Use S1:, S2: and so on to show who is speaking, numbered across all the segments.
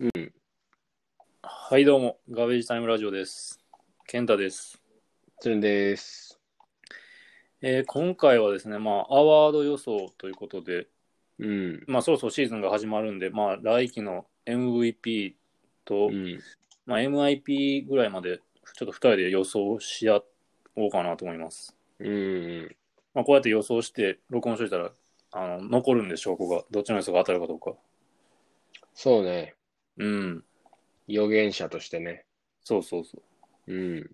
S1: うん。はい、どうも。ガベージタイムラジオです。健太です。
S2: つるんです。
S1: えー今回はですね、まあ、アワード予想ということで、
S2: うん。
S1: まあ、そろそろシーズンが始まるんで、まあ、来季の MVP と、
S2: うん。
S1: まあ、MIP ぐらいまで、ちょっと2人で予想し合おうかなと思います。
S2: うん。
S1: まあ、こうやって予想して、録音しといたら、あの残るんで、証拠が、どっちの予想が当たるかどうか。
S2: そうね。
S1: うん、
S2: 予言者としてね。
S1: そうそうそう。
S2: うん。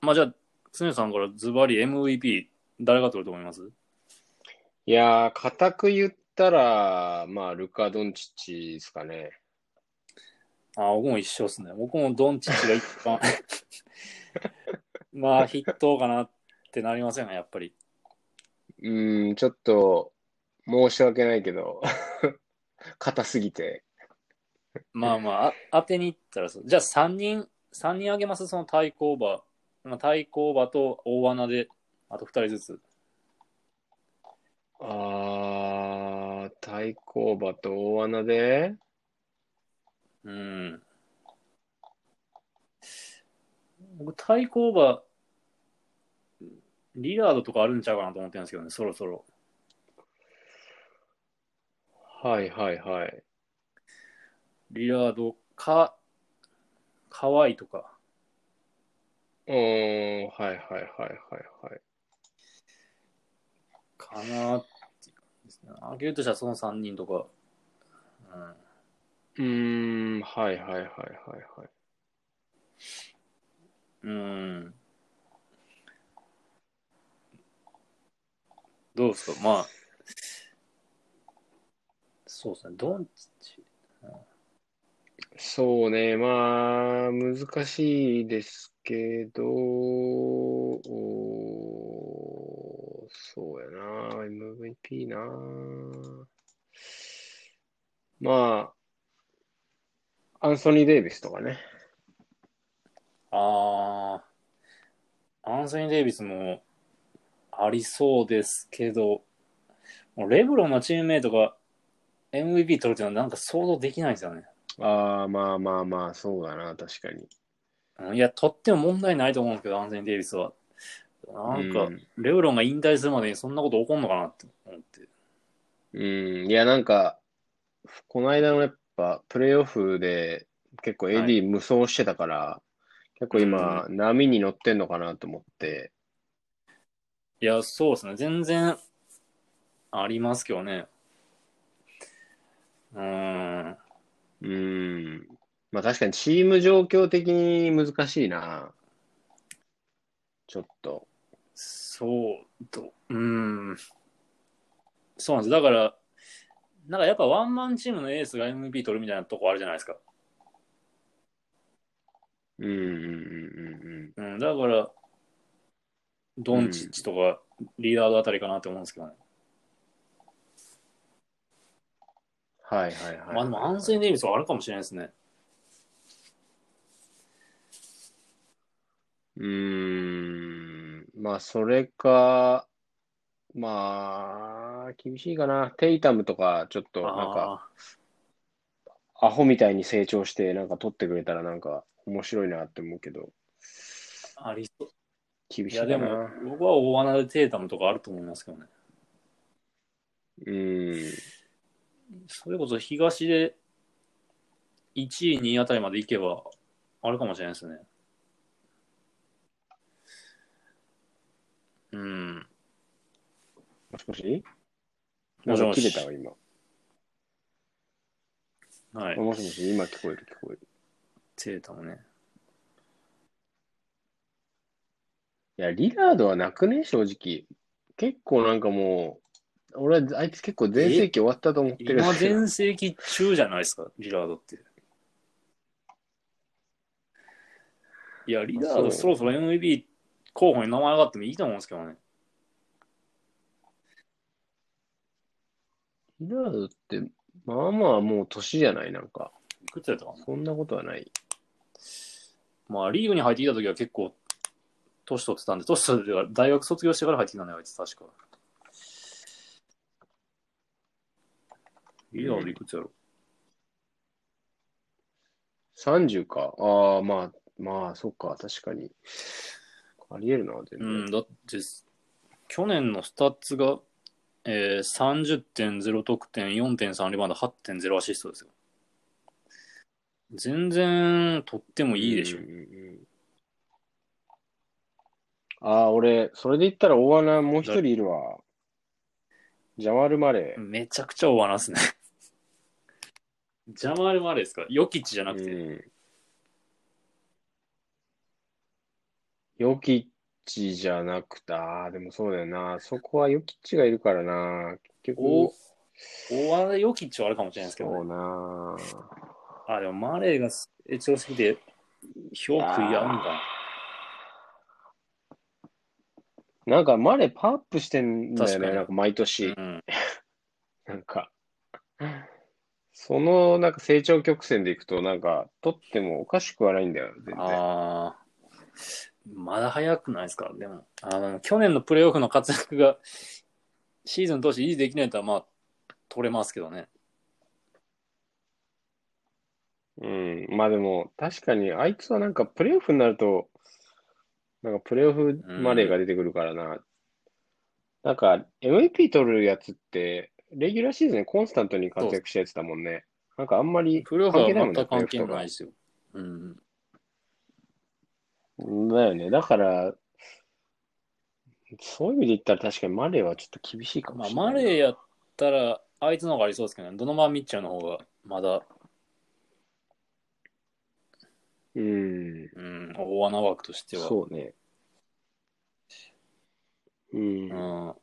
S1: まあ、じゃあ、常さんからズバリ MVP、誰が取ると思います
S2: いやー、固く言ったら、まあ、ルカ・ドンチッチですかね。
S1: あ僕も一緒ですね。僕もドンチッチが一番 まあ筆頭かなってなりますよね、やっぱり。
S2: うん、ちょっと、申し訳ないけど、 硬すぎて。
S1: まあまああ、当てにいったらそう。じゃあ3人、三人あげます、その対抗馬。まあ、対抗馬と大穴で、あと2人ずつ。
S2: あー、対抗馬と大穴で、
S1: うん。僕、対抗馬、リラードとかあるんちゃうかなと思ってるんですけどね、そろそろ。
S2: はいはいはい。
S1: リラードか、かわいとか。
S2: うーん、はいはいはいはいはい。
S1: かなっていう感じですね。あげるとしたらその3人とか。うん。
S2: うーん、はいはいはいはいはい。
S1: うん。どうですかまあ。そうですね。ドンチッチ。
S2: そうね、まあ、難しいですけど、おーそうやな、MVP な。まあ、アンソニー・デイビスとかね。
S1: あー。アンソニー・デイビスもありそうですけど、もうレブロンのチームメイトが MVP 取るっていうのはなんか想像できないんですよね。
S2: ああ、まあまあまあ、そうだな、確かに。
S1: うんいや、とっても問題ないと思うんですけど、アンソニー・デイビスは。なんか、
S2: うん
S1: レブロンが引退するまでにそんなこと起こんのかなって思って。
S2: うん、いや、なんか、この間のやっぱ、プレイオフで結構
S1: はい
S2: AD 無双してたから、結構今、波に乗ってんのかなと思って、
S1: いや、そうですね。全然、ありますけどね。うーん。
S2: うーん。まあ確かにチーム状況的に難しいな。ちょっと。
S1: そうと、うーん。そうなんです。だから、なんかやっぱワンマンチームのエースが MVP 取るみたいなとこあるじゃないですか。
S2: うんうんうんうんうん。
S1: うん。だから、ドンチッチとか、リーダードあたりかなって思うんですけどね。
S2: はいはいはい。
S1: まあでも、アンソニー・デイビスはあるかもしれないですね。
S2: うーん。まあそれか、まあ、厳しいかな。テイタムとか、ちょっとなんか、
S1: あ
S2: アホみたいに成長して、なんか取ってくれたらなんか面白いなって思うけど、
S1: ーありそう。
S2: 厳
S1: い
S2: しい
S1: や、
S2: か
S1: でも
S2: な。、
S1: 僕は大穴でテータムとかあると思いますけどね。
S2: うーん。
S1: それこそ東で1位、2位あたりまで行けば、あるかもしれないですね。うん。
S2: もしもし
S1: もしもし
S2: なんか切れたわ、今。
S1: はい。
S2: もしもし、今聞こえる聞こえる。
S1: テータムね。
S2: いや、リラードはなくね、正直。結構なんかもう、俺はあいつ結構全盛期終わったと思ってるん
S1: 今、
S2: だけど。
S1: 全盛期中じゃないですか、リラードって。いや、リラー
S2: あそ
S1: ド
S2: う
S1: そろそろ MVP 候補に名前上がってもいいと思うんですけどね。
S2: リラードって、まあまあもう年じゃない、なんか。
S1: いくつやったかな
S2: そんなことはない。
S1: まあ、リーグに入ってきた時は結構、年取ってたんで、年取ってたから大学卒業してから入ってきたんだよ、あいつ、確か。リーダーでいくつやろ、
S2: 30か。ああ、まあ、まあ、そっか、確かに。ありえるな、全
S1: う
S2: 然。
S1: ん、だって、去年のスタッツが、えー、30.0得点、4.3リバウンド、8.0アシストですよ。全然、とってもいいでしょ。
S2: うんうんうんああ、俺、それで言ったら大穴もう一人いるわ。ジャマル・マレー。
S1: めちゃくちゃ大穴っすね。 ジャマール・マレーですかヨキッチじゃなくて。
S2: うんヨキッチじゃなくて、ああ、でもそうだよな。そこはヨキッチがいるからな。結
S1: お
S2: 局、
S1: 大穴でヨキッチはあるかもしれないですけど、
S2: そう
S1: ね、
S2: な。
S1: あ、でもマレーが成長すぎて、評価やんだ。
S2: なんか、マレーパワーアップしてんだよ
S1: 確か
S2: ね。
S1: に
S2: なんか、毎年。
S1: うん。
S2: なんか、そのなんか成長曲線でいくと、なんか、取ってもおかしくはないんだよ、全然。
S1: ああ、まだ早くないですか、でも、あの去年のプレーオフの活躍がシーズン通して維持できないとは、まあ、取れますけどね。
S2: うん。まあでも、確かに、あいつはなんか、プレーオフになると、なんか、プレーオフマレーが出てくるからな。なんか、MVP 取るやつって、レギュラーシーズンにコンスタントに活躍したやつだもんね。なんか、あんまり
S1: プレーオフは
S2: 関係ないもん
S1: 全
S2: ね
S1: く関係
S2: プレー
S1: ない
S2: オ
S1: ですよ。うん、
S2: だよね。だから、そういう意味で言ったら確かにマレーはちょっと厳しいかも
S1: まあ、
S2: しれないな。
S1: マレーやったら、あいつの方がありそうですけどね、ドノバン・ミッチェルの方が、まだ、
S2: うん。
S1: うん、大穴枠としては。
S2: そうね。うん、
S1: うん、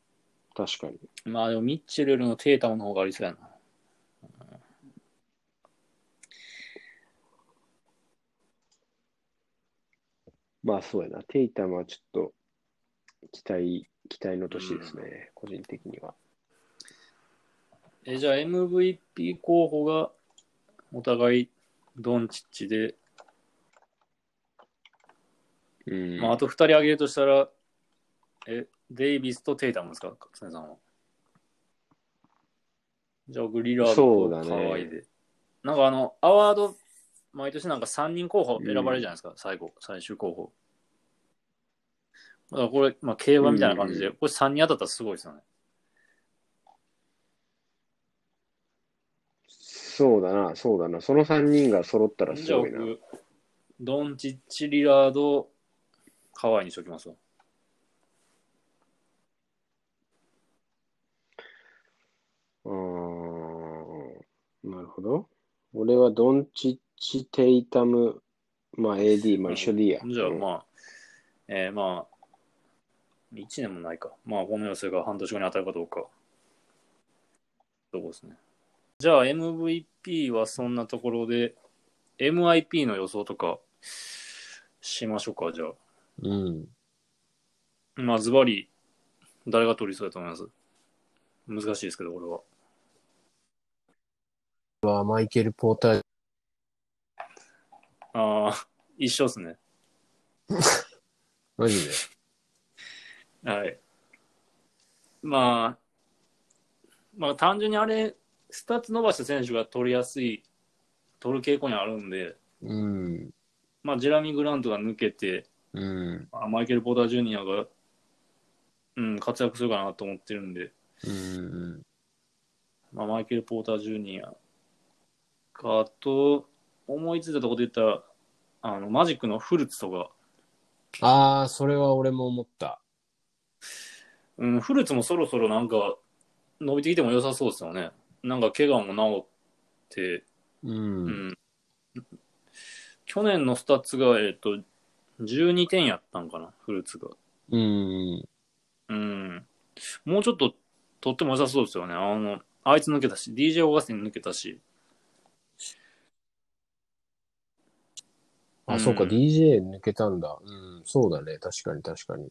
S2: 確かに。
S1: まあ、でも、ミッチェルよりもテータムの方がありそうやな。
S2: まあそうやな。テイタムはちょっと、期待、期待の年ですね。個人的には。
S1: え、じゃあ MVP 候補がお互いドンチッチで、
S2: うん
S1: まあ、あと2人挙げるとしたら、え、デイビスとテイタムですか、勝根さんは。じゃあ、グリラー
S2: そう
S1: ド
S2: だ
S1: と
S2: ね
S1: カワイで。なんかあの、アワード、毎年なんか3人候補選ばれるじゃないですか、最後、最終候補。だからこれ、まあ、競馬みたいな感じで、
S2: う
S1: これ3人当たったらすごいですよね。
S2: そうだな、そうだな。その3人が揃ったらす
S1: じゃあ
S2: ごいな。
S1: 僕、ドンチッチ、リラード、カワイにしときますわ。
S2: うーん。なるほど。俺はドンチッチ、テイタム、まあ AD、まあ一緒でいいや。
S1: じゃあ
S2: うん
S1: まあ、えーまあ、1年もないか。まあ、この予選が半年後に当たるかどうか。そうですね。じゃあ MVP はそんなところで、MIP の予想とかしましょうか、じゃ
S2: うん。
S1: あ。まあ、ズバリ、誰が取りそうだと思います難しいですけど、俺は。
S2: はマイケル・ポーター、
S1: ああ、一緒ですね。
S2: マジで。
S1: はい。まあ、まあ単純にあれ、スタッツ伸ばした選手が取りやすい、取る傾向にあるんで、
S2: うん。
S1: まあジェラミー・グラントが抜けて、
S2: うん。
S1: あマイケル・ポーター・ジュニアが、うん、活躍するかなと思ってるんで、
S2: うん。
S1: まあマイケル・ポーター・ジュニアかと、思いついたところで言ったら、あの、マジックのフルツとか、
S2: ああ、それは俺も思った。
S1: うん、フルーツもそろそろなんか伸びてきても良さそうですよね。なんか怪我も治って、
S2: うん
S1: うん、去年のスタッツが、えっと、12点やったんかな、フルーツが。
S2: うん。
S1: うん。もうちょっととっても良さそうですよね。あの、あいつ抜けたし、DJ オーガスティン抜けたし。う
S2: あ、
S1: ん
S2: そうか、DJ 抜けたんだ。うん、そうだね。確かに、確かに。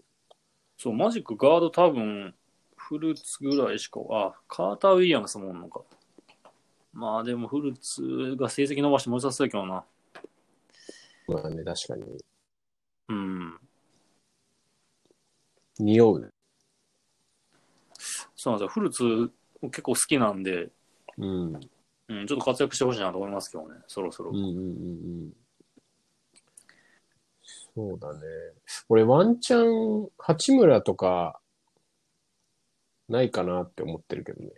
S1: そう、マジックガード多分、フルーツぐらいしか、あ、カーター・ウィリアムスもおんのか。まあでも、フルーツが成績伸ばしても良さそうやけどな。
S2: まあね、確かに。
S1: うん。
S2: 匂うね。
S1: そうなんですよ。フルーツ結構好きなんで、
S2: うん。
S1: うん、ちょっと活躍してほしいなと思いますけどね、そろそろ。
S2: うんうんうんうん。そうだね。俺、ワンチャン、八村とか、ないかなって思ってるけどね。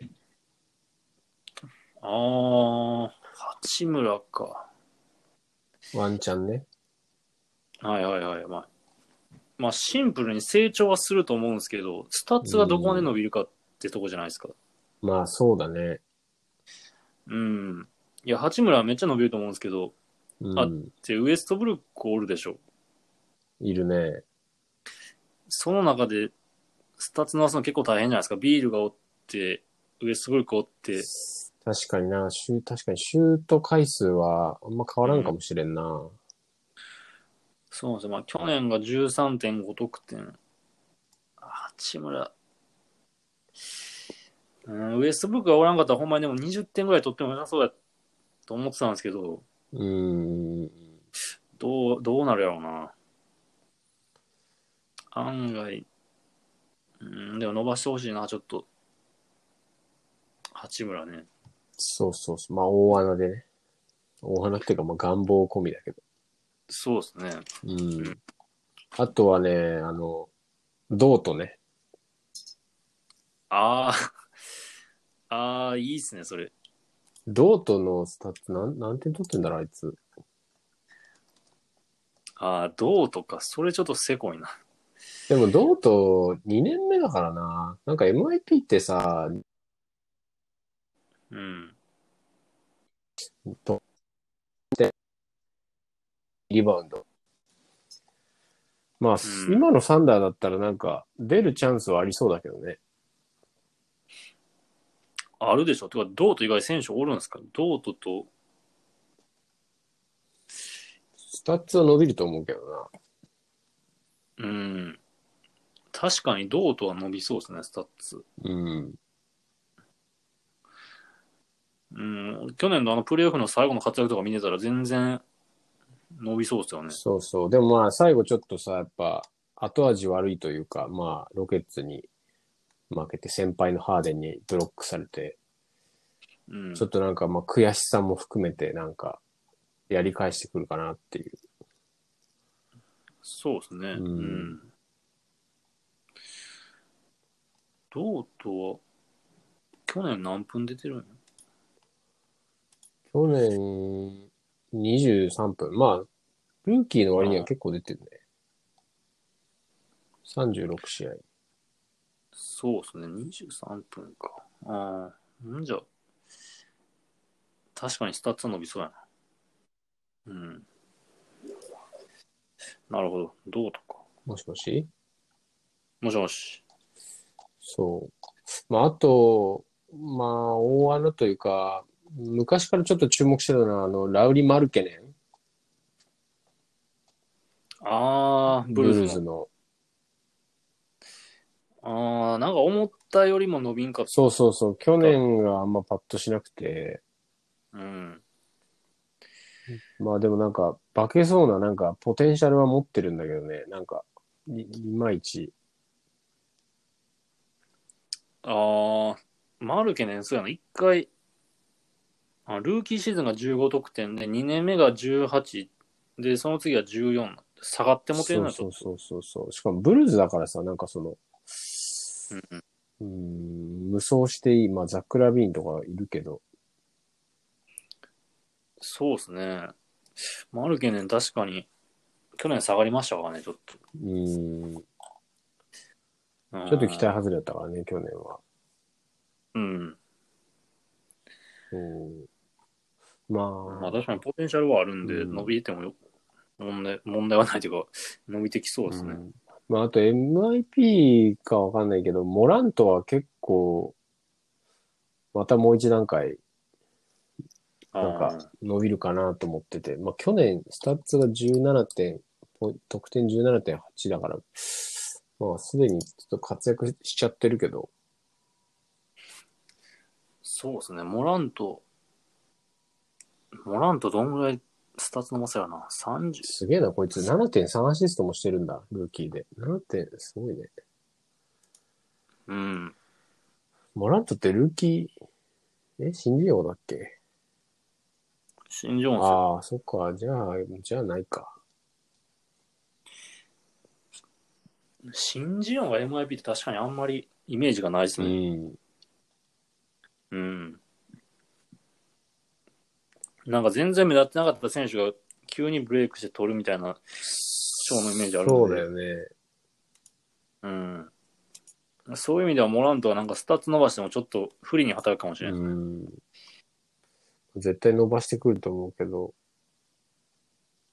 S1: ああ、八村か。
S2: ワンチャンね。
S1: はいはいはい。まあ、まあ、シンプルに成長はすると思うんですけど、スタッツがどこまで伸びるかってとこじゃないですか。
S2: まあ、そうだね。
S1: うん。いや、八村はめっちゃ伸びると思うんですけど、
S2: うん。
S1: あでウエストブルックおるでしょ。
S2: いるね。
S1: その中で、スタッツ直すの結構大変じゃないですか。ビールがおって、ウエストブルックおって、
S2: 確かにな、シュー確かにシュート回数はあんま変わらんかもしれんな。
S1: そうなんですよ。まあ、去年が13.5得点。八村。うん、ウエストブルックがおらんかったら、ほんまにでも20点ぐらい取っても良さそうやと思ってたんですけど、
S2: うん。
S1: どう、どうなるやろうな。案外、うん、でも伸ばしてほしいな、ちょっと。八村ね。
S2: そうそうそう。まあ、大穴でね。大穴っていうか、まあ、願望込みだけど。
S1: そうですね。
S2: うん。あとはね、あの、銅とね。
S1: ああ、ああ、いいっすね、それ。
S2: ドートのスタッツ、なん、なん点取ってんだろう、あいつ。
S1: ああ、どうとか、それちょっとせこいな。
S2: でも、ドート2年目だからな。なんか MIP ってさ、
S1: うん。
S2: と、リバウンド。まあ、
S1: うん
S2: 今のサンダーだったらなんか、出るチャンスはありそうだけどね。
S1: あるでしょ。てか、ドート以外選手おるんですかドートと、
S2: スタッツは伸びると思うけど
S1: う
S2: な。
S1: ん。確かにドートは伸びそうですね、スタッツ。
S2: うん。
S1: うん。去年のあのプレーオフの最後の活躍とか見てたら全然伸びそうですよね。
S2: そうそう。でもまあ、最後ちょっとさ、やっぱ、後味悪いというか、まあ、ロケッツに負けて、先輩のハーデンにブロックされて、
S1: うん
S2: ちょ。っとなんか、まあ、悔しさも含めて、なんか、やり返してくるかなっていう。
S1: そうですね。
S2: うん
S1: うん。ドートは、去年何分出てるんや
S2: 去年、23分。まあ、ルーキーの割には結構出てるね。36試合。
S1: そうですね、23分か。ああ、んじゃ、確かにスタッツは伸びそうやな。うん。なるほど、どうとか。
S2: もしもし
S1: もしもし。
S2: そう。まあ、あと、まあ、大穴というか、昔からちょっと注目してたのは、あの、ラウリ・マルケネ
S1: ああ、
S2: ン。
S1: ブルーズの。
S2: の。
S1: ああ、なんか思ったよりも伸びんかっ
S2: そうそうそう。去年があんまパッとしなくて、
S1: た。うん。
S2: まあでもなんか、化けそうな、なんか、ポテンシャルは持ってるんだけどね、なんか、いいまいち。
S1: ああ、マルケネン、そうやな、一回、あ、ルーキーシーズンが15得点で、2年目が18、で、その次が14、下がってもてるなと。
S2: そうそうそうそうそう。しかもブルーズだからさ、なんかその、
S1: うんうん
S2: うーん、無双していい、まあザック・ラビーンとかいるけど、
S1: そうですね。マルケネン、確かに、去年下がりましたからね、ちょっと。
S2: うーん、ち
S1: ち
S2: ょっと期待外れだったからね、去年は。
S1: うん。
S2: うん、
S1: ま
S2: ま
S1: あ
S2: あ、
S1: 確かにポテンシャルはあるんで、
S2: うん
S1: 伸びてもよ問題、問題はないというか、 伸びてきそうですね。
S2: ん、まああと MIP かわかんないけど、モラントは結構、またもう一段階なん
S1: あ
S2: か伸びるかなと思ってて、まあ去年スタッツが17点、ポ得点17.8だから、まあすでにちょっと活躍しちゃってるけど、
S1: そうですね。モラント、モラントどんぐらいスタッツ伸ばせやな。30、
S2: すげえな、こいつ7.3アシストもしてるんだ、ルーキーで。7点、すごいね。
S1: うん。
S2: モラントってルーキー、え、新人王だっけ
S1: シン・ジョーンズ。
S2: ああ、そっか。じゃあ、じゃあないか。
S1: シン・ジヨンが MIP って確かにあんまりイメージがないです
S2: う
S1: ね。
S2: ん。
S1: うん。なんか全然目立ってなかった選手が急にブレイクして取るみたいなショーのイメージあるんで。
S2: そうだよね。
S1: うん。そういう意味ではモラントはなんかスタッツ伸ばしてもちょっと不利に働くかもしれない。
S2: うん。絶対伸ばしてくると思うけど。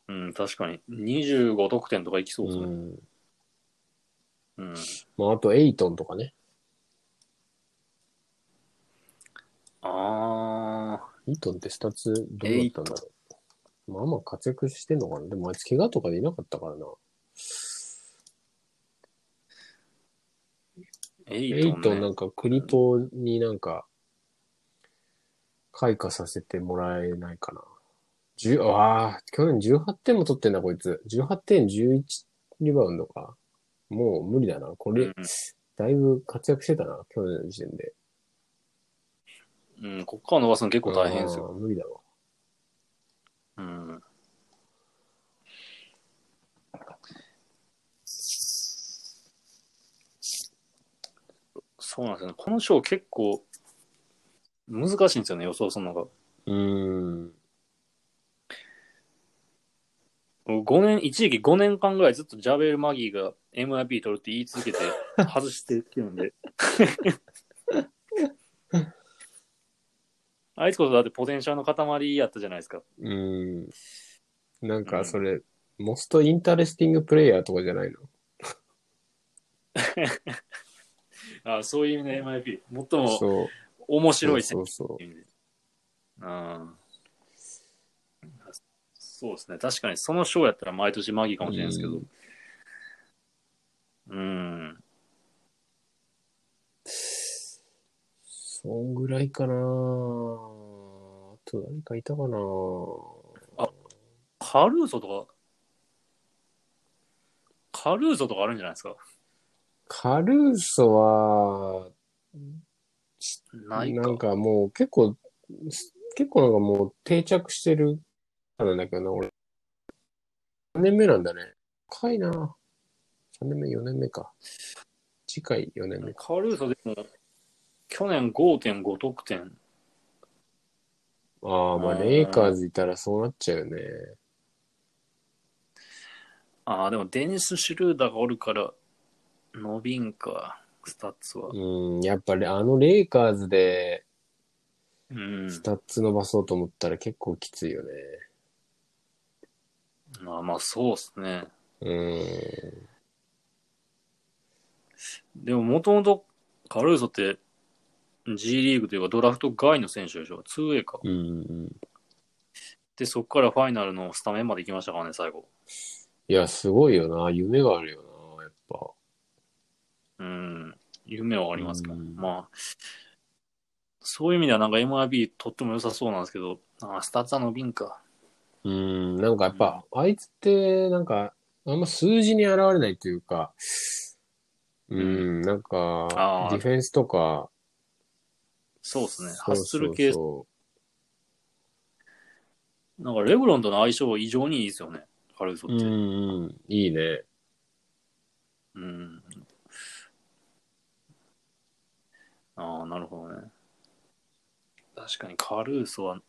S1: うん、確かに。25得点とかいきそうです
S2: う
S1: ね。
S2: ん。
S1: うん。
S2: まあ、あと、エイトンとかね。
S1: あ
S2: エイトンってスタッツどうだったんだろう。まあまあ活躍してんのかな。でも、あいつ怪我とかでいなかったからな。
S1: ー、エ
S2: エ
S1: イ
S2: イ
S1: ト
S2: ト
S1: ン、
S2: ン
S1: ね
S2: なんか国とになんか、開花させてもらえないかな。10、ああ、去年18点も取ってんだ、こいつ。18点11リバウンドか。もう無理だな。これ、
S1: うん
S2: だいぶ活躍してたな、去年の時点で。
S1: うん、こっから伸ばすの結構大変ですよ。
S2: あー無理だわ。
S1: うん。そうなんですよね。この賞結構難しいんですよね、予想するのが。
S2: うーん。
S1: 5年、一時期5年間ぐらいずっとジャベル・マギーが MIP 取るって言い続けて外してきてるんで。 あいつこそだってポテンシャルの塊やったじゃないですか。
S2: うーん。なんか、それ、モストインタレスティングプレイヤーとかじゃないの
S1: あそういう意味の MIP。最も
S2: そう。
S1: 面白い選手
S2: そうそう
S1: っていう意味でうんそうですね。確かにその賞やったら毎年マギーかもしれないですけど。うん。
S2: そんぐらいかなあと誰かいたかな
S1: カルーソとか、カルーソとかあるんじゃないですか。
S2: カルーソは、
S1: ない
S2: な
S1: か。
S2: んかもう結構、す結構なんかもう定着してるなんだけどな、俺。3年目なんだね。深いな3年目、4年目か。次回4年目か。
S1: カルーソでも、去年5.5得点。
S2: ああ、まあ
S1: うん
S2: レイカーズいたらそうなっちゃうよね。
S1: ああ、でもデニス・シュルーダーがおるから、伸びんか、スタッツは。
S2: うん、やっぱりあのレイカーズで
S1: うん。
S2: スタッツ伸ばそうと思ったら結構きついよね。
S1: まあまあ、そうですね。
S2: うん。
S1: でも、もともとカルーソって G リーグというかドラフト外の選手でしょ ?2A か。
S2: うんうん
S1: で、そこからファイナルのスタメンまで行きましたからね、最後。
S2: いや、すごいよな。夢があるよな、やっぱ。
S1: うん。夢はありますけど、
S2: うん
S1: まあ、そういう意味ではなんか MIB とっても良さそうなんですけど、ああスタッツァの瓶か。
S2: うん、なんかやっぱ、あいつって、なんか、あんま数字に現れないというか、うん、なんか
S1: あ、ー
S2: ディフェンスとか、
S1: そうですね。
S2: そ
S1: ハッ
S2: うそう
S1: ス
S2: そう
S1: ル系、なんかレブロンとの相性異常にいいですよね、カルーソっ
S2: うん
S1: て。
S2: うん、いいね。
S1: うん。ああ、なるほどね。確かにカルーソは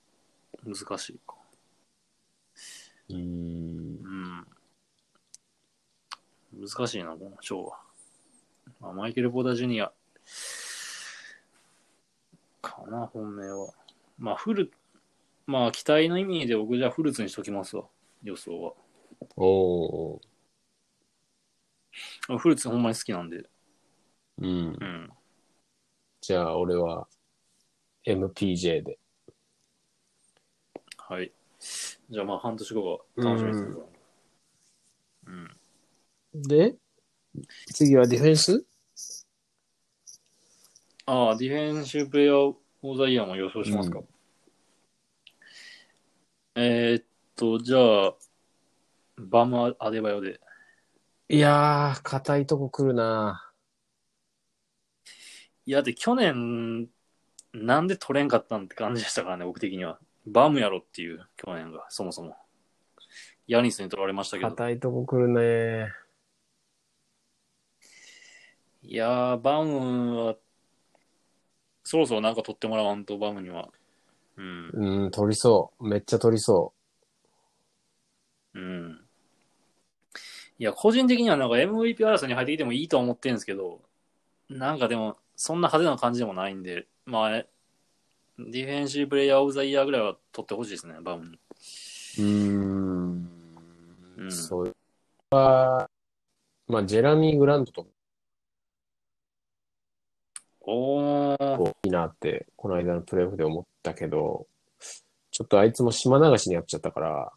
S1: 難しいか。
S2: うん
S1: う、ん。難しいな、この賞は。まあ、マイケル・ボーダー・ジュニア。かな、本命は。まあ、フル、まあ、期待の意味で僕じゃあフルーツにしときますわ。予想は。
S2: おー、
S1: あフルーツほんまに好きなんで。
S2: うん
S1: う。ん。
S2: じゃあ、俺は、MPJ で。
S1: はい。じゃあまあ半年後が楽しみですね。うん。
S2: で、次はディフェンス
S1: ああ、ディフェンシブプレイヤー・オーザイヤーも予想しますか。
S2: う
S1: えーっと、じゃあ、バム・アデバヨで。
S2: いやー、硬いとこ来るない
S1: や、で、去年、なんで取れんかったんって感じでしたからね、僕的には。バムやろっていう、去年が、そもそも。ヤニスに取られましたけど。
S2: 硬いとこ来るね。
S1: いやー、バムは、そろそろなんか取ってもらわんと、バムには。うん。
S2: うん、取りそう。めっちゃ取りそ
S1: うん。いや、個人的にはなんか MVP 争いに入ってきてもいいとは思ってるんですけど、なんかでも、そんな派手な感じでもないんで、まあ、えディフェンシブプレイヤーオブザイヤーぐらいは取ってほしいですね、バムに。
S2: う。うん
S1: う。ん
S2: そう。は、まあ、ジェラミー・グラントとか
S1: おー、
S2: いいなって、この間のプレーオフで思ったけど、ちょっとあいつも島流しにやっちゃったから、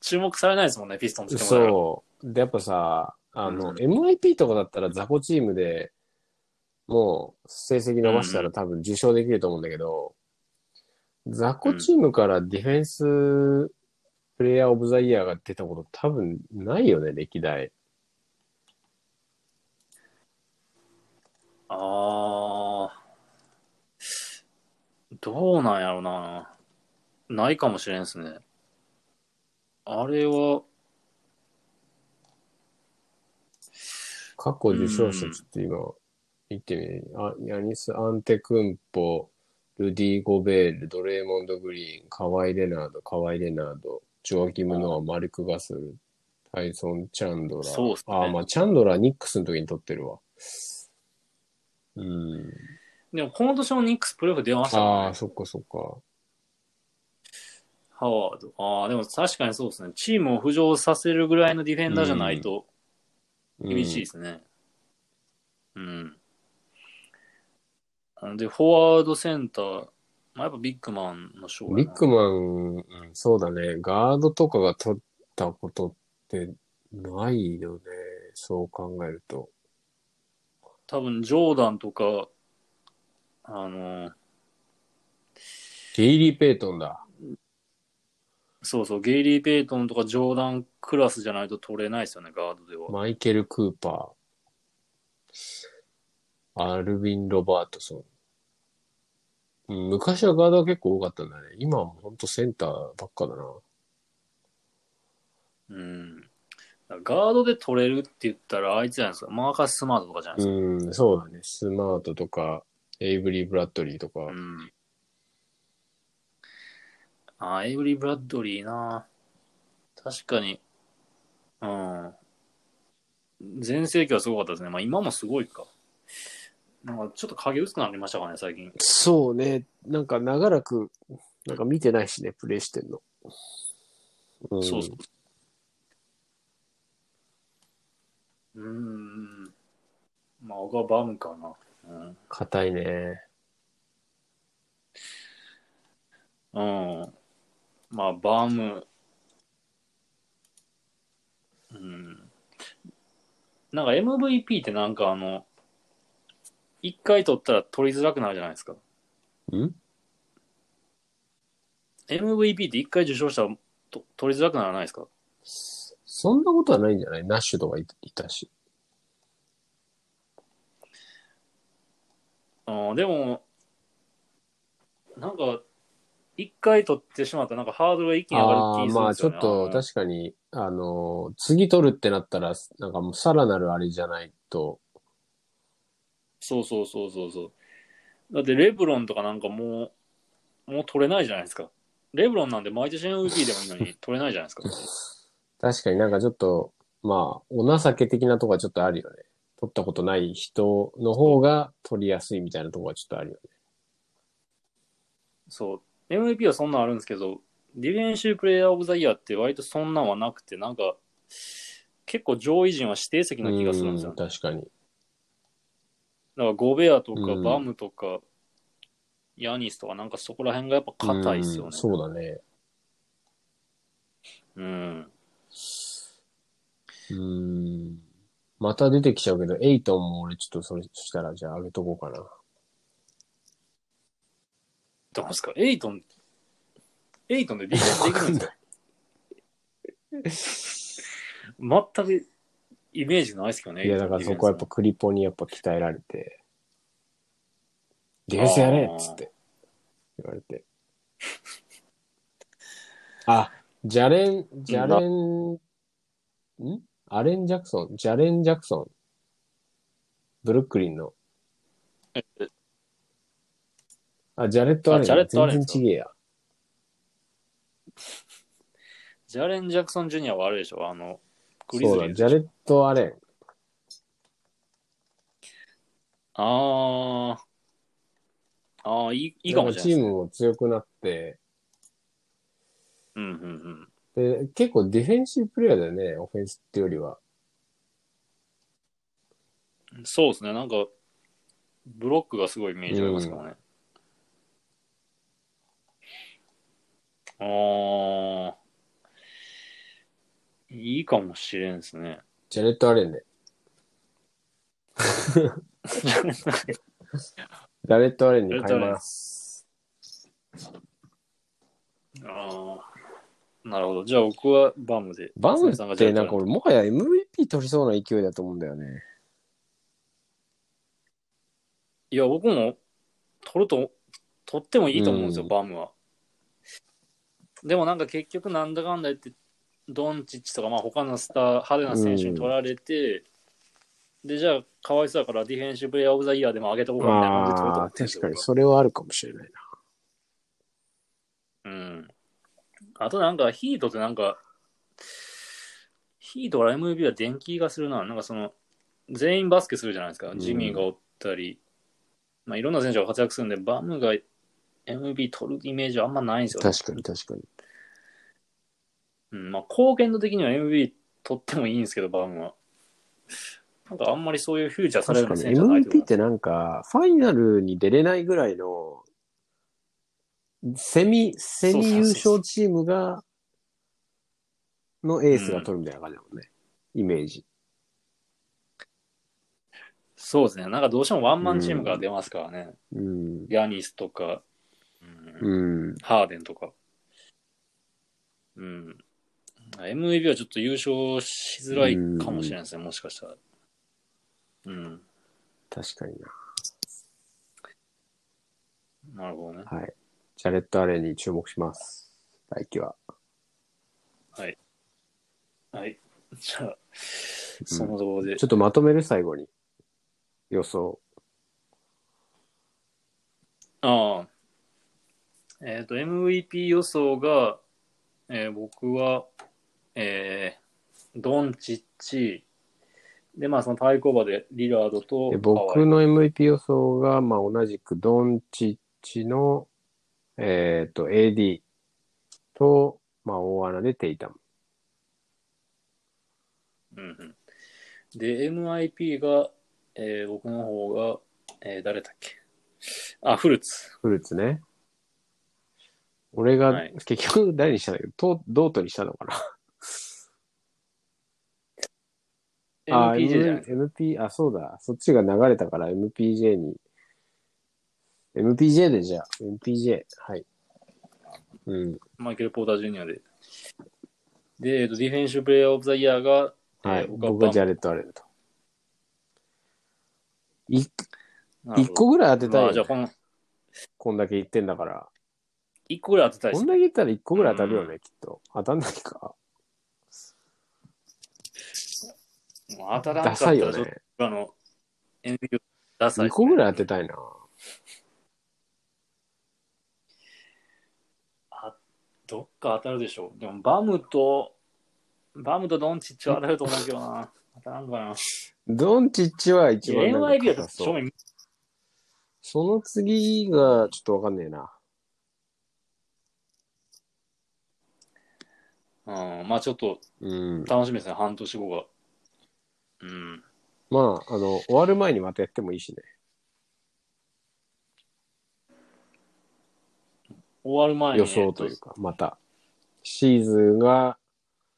S1: 注目されないですもんね、ピストンズってもらえば
S2: そう。で、やっぱさ、あの、
S1: うん
S2: MIP とかだったら雑魚チームでもう成績伸ばした
S1: うんう
S2: ら多分受賞できると思うんだけど、雑魚チームからディフェンスプレイヤーオブザイヤーが出たこと多分ないよね、歴代。
S1: あー、どうなんやろな。ないかもしれんっすね。あれは、
S2: 過去受賞者ちょっと今、見てみる。あ、ヤニス・アンテクンポ、ルディ・ゴベール、ドレーモンド・グリーン、カワイ・レナード、カワイ・レナード、ジョアキム・ノア、マルク・ガスル、タイソン・チャンドラ。
S1: そうっすね
S2: あ、まあ、チャンドラ、ニックスの時に撮ってるわ。うん。
S1: でもこの年のニックスプレーオフ出ました
S2: あ
S1: もん
S2: あ、
S1: ね。
S2: そっかそっか。
S1: ハワード。ああ、でも確かにそうですね。チームを浮上させるぐらいのディフェンダーじゃないと
S2: うん
S1: 厳しいですね。うん。うん、で、フォワードセンター、まあ、やっぱビッグマンの勝利。
S2: ビッグマン、うんそうだね。ガードとかが取ったことってないよね。そう考えると。
S1: 多分、ジョーダンとか、あの、
S2: ゲイリー・ペイトンだ。
S1: そうそう、ゲイリー・ペイトンとかジョーダンクラスじゃないと取れないですよね、ガードでは。
S2: マイケル・クーパー、アルビン・ロバートソン。うん昔はガードが結構多かったんだね。今はもうほんとセンターばっかだな。
S1: うん。だからガードで取れるって言ったら、あいつじゃないですか。マーカス・スマートとかじゃないですか。
S2: うん、そうだね。スマートとか、エイブリー・ブラッドリーとか。
S1: うん。あー、エイブリー・ブラッドリーな。確かに。うん。前世紀はすごかったですね。まあ今もすごいか。なんかちょっと影薄くなりましたかね、最近。
S2: そうね。なんか長らく、なんか見てないしね、プレイしてんの。うん、
S1: そうそう。うーん。まあ僕はバムかな。
S2: 硬いね。
S1: うん。うん。まあバム。うん。なんか MVP ってなんかあの、一回取ったら取りづらくなるじゃないですか。
S2: ん
S1: MVP って一回受賞したらと取りづらくならないですか
S2: そんなことはないんじゃないナッシュとかいいたし。
S1: うん、でも、なんか、一回取ってしまったら、なんかハードルが一気に上が
S2: あ
S1: る
S2: あ
S1: 気
S2: ー
S1: がする
S2: ま
S1: ん
S2: あ
S1: です
S2: ちょ
S1: よ、
S2: っ
S1: ね。
S2: と
S1: あの
S2: 確かに、あの、次取るってなったら、なんかもうさらなるあれじゃないと。
S1: そうそうそうそうそう。だって、レブロンとかなんかもう、もう取れないじゃないですか。レブロンなんで毎年 MVP でもいいの に取れないじゃないですか。
S2: 確かになんかちょっと、まあ、お情け的なとこはちょっとあるよね。取ったことない人の方が取りやすいみたいなとこはちょっとあるよね。
S1: そう。MVP はそんなんあるんですけど、ディフェンシブプレイヤーオブザイヤーって割とそんなんはなくて、なんか、結構上位陣は指定席な気がするんですよね
S2: うん確かに。
S1: だからゴベアとか
S2: うん
S1: バムとか、ヤニスとかなんかそこら辺がやっぱ硬いですよ
S2: うん
S1: ね。
S2: そうだね。
S1: うん。
S2: うん。また出てきちゃうけど、エイトンも俺ちょっとそれしたら、じゃあ上げとこうかな。
S1: どうですかエイトン、エイトンでリーチできるんですか全くイメージないですけどね。
S2: いや、だからそこはやっぱクリポにやっぱ鍛えられて。ディフェンスやれっつって言われて。あ、ジャレン、ジャレン、んアレン・ジャクソン、ジャレン・ジャクソン。ブルックリンの。あ、ジャレット・アレン。
S1: あジャレットアレン
S2: 全然ちげえや。
S1: ジャレン・ジャクソン・ジュニアはあれでしょあの、グリズ
S2: そ
S1: リ
S2: うだ、
S1: ー。
S2: ジャレット・アレン。
S1: あー。あー、いいいいかもしれないです
S2: チ
S1: ね。
S2: ームも強くなって、
S1: うんうんうん。
S2: で、結構ディフェンシブプレイヤーだよね、オフェンスってよりは。
S1: そうですね、なんか、ブロックがすごいイメージありますからね。ああー、いいかもしれんですね。
S2: ジャレット・アレン で。ジャレット・アレンに変えます。
S1: ああ、なるほど。じゃあ僕はバムで。
S2: バム
S1: さんが
S2: っ
S1: ジャレ
S2: て
S1: ット
S2: なんか俺もはや MVP 取りそうな勢いだと思うんだよね。
S1: いや、僕も取ると、取ってもいいと思うんですよ、
S2: うん
S1: バムは。でもなんか結局なんだかんだ言って、ドンチッチとか、まあ他のスター、派手な選手に取られて、で、じゃあ、かわいそうだから、ディフェンシブプレイヤーオブザイヤーでも上げとこうかみたいな感じで取ると思
S2: あ
S1: っ
S2: あ、
S1: てるんです
S2: 確
S1: よ
S2: かにそれはあるかもしれないな。
S1: 僕はうん。あとなんか、ヒートってなんか、ヒートから MVP は電気がするな。なんかその、全員バスケするじゃないですか。
S2: ん
S1: ジミーがおったり、まあいろんな選手が活躍するんで、バムが MVP 取るイメージはあんまないんですよね。
S2: 確かに確かに。
S1: うん、まあ、貢献度的には MVP 取ってもいいんですけど、バウムは。なんかあんまりそういうフューチャーされる
S2: 確
S1: ような選
S2: かに
S1: 手じゃないと思
S2: MVP ってなんか、ファイナルに出れないぐらいの、セミ、セミ優勝チームが、のエースが取るみたいな感じだもんね。イメージ。
S1: そうですね。なんかどうしてもワンマンチームから出ますからね。
S2: うん。
S1: ヤニスとか、うん
S2: うん。
S1: ハーデンとか。うん。MVP はちょっと優勝しづらいかもしれないですね、もしかしたら。うん。
S2: 確かにな。
S1: なるほどね。
S2: はい。ジャレット・アレンに注目します。来季は。
S1: はい。じゃあ、そのところで
S2: ちょ。っとまとめる最後に。予想。
S1: ああ。えっ、と、MVP 予想が、えー僕は、えードンチッチ、で、まあ、その対抗馬でリラードと
S2: で
S1: カワ
S2: 僕
S1: イ
S2: の MVP 予想が、まあ、同じくドンチッチの、えっ、と、AD と、まあ、大穴でテイタム。
S1: うんうん、で、MIP が、えー僕の方が、えー誰だっけあ、フルーツ。
S2: フルーツね。俺が、
S1: はい
S2: 結局誰にしたんだけど、とドートにしたのかな。あ
S1: MPJ じゃないですか。
S2: M- MP、あ、そうだ。そっちが流れたから MPJ に。MPJ でじゃあ、MPJ。はい。うん。
S1: マイケル・ポーター・ジュニアで。で、えーとディフェンシブ・プレイヤー・オブ・ザ・イヤーが、
S2: は
S1: え
S2: い。
S1: ー
S2: 僕はジャレット・アレンと。い
S1: なるほ
S2: 一
S1: ど
S2: 個ぐらい当てたい
S1: ま
S2: よ
S1: あ、
S2: ね、
S1: じゃあ、この、
S2: こんだけ言ってんだから。
S1: 一個ぐらい当てたいで
S2: こ
S1: す
S2: ん
S1: ね。
S2: だけ言ったら一個ぐらい当たるよね、きっと。当たんないか。
S1: もう当たらんかった
S2: ダサ
S1: ら
S2: い
S1: ちょ
S2: よ
S1: っと
S2: ね。
S1: あの、NBA ダサいっすね、
S2: 2個ぐらい当てたいな。
S1: あどっか当たるでしょう。でも、バムと、バムとドンチッチは当たると思うけどな。当たらんかな。
S2: ドンチッチは一番なんか
S1: NYB は
S2: 硬
S1: 正
S2: そう。
S1: 面、
S2: その次がちょっとわかんねえな。
S1: うん、まあちょっと
S2: うん。
S1: 楽しみですね、半年後が。うん。
S2: まあ、あの、終わる前にまたやってもいいしね。
S1: 終わる前に、
S2: 予想というか、また。シーズンが、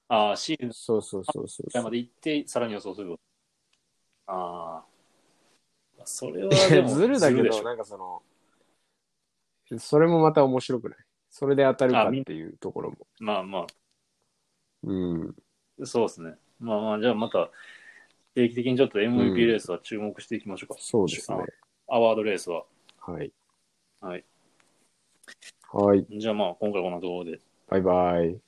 S1: ああ、シーズン
S2: そうそうそうそう
S1: ぐらいまで行って、さらに予想すること。ああ。それはで
S2: いや
S1: も、
S2: ずるだけ
S1: でし
S2: ど、
S1: ょ
S2: なんかその、それもまた面白くないそれで当たるかっていうところも。
S1: まあまあ。
S2: うん。
S1: そうですね。まあまあ、じゃあまた、定期的にちょっと
S2: うん
S1: MVP レースは注目していきましょうか。
S2: そうですね。
S1: アワードレースは。
S2: はい。
S1: はい。
S2: はい。
S1: じゃあまあ、今回このところで。
S2: バイバイ。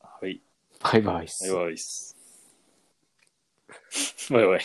S1: はい。
S2: バイバイっ
S1: バ
S2: す
S1: イ。バイっす。バイバイ。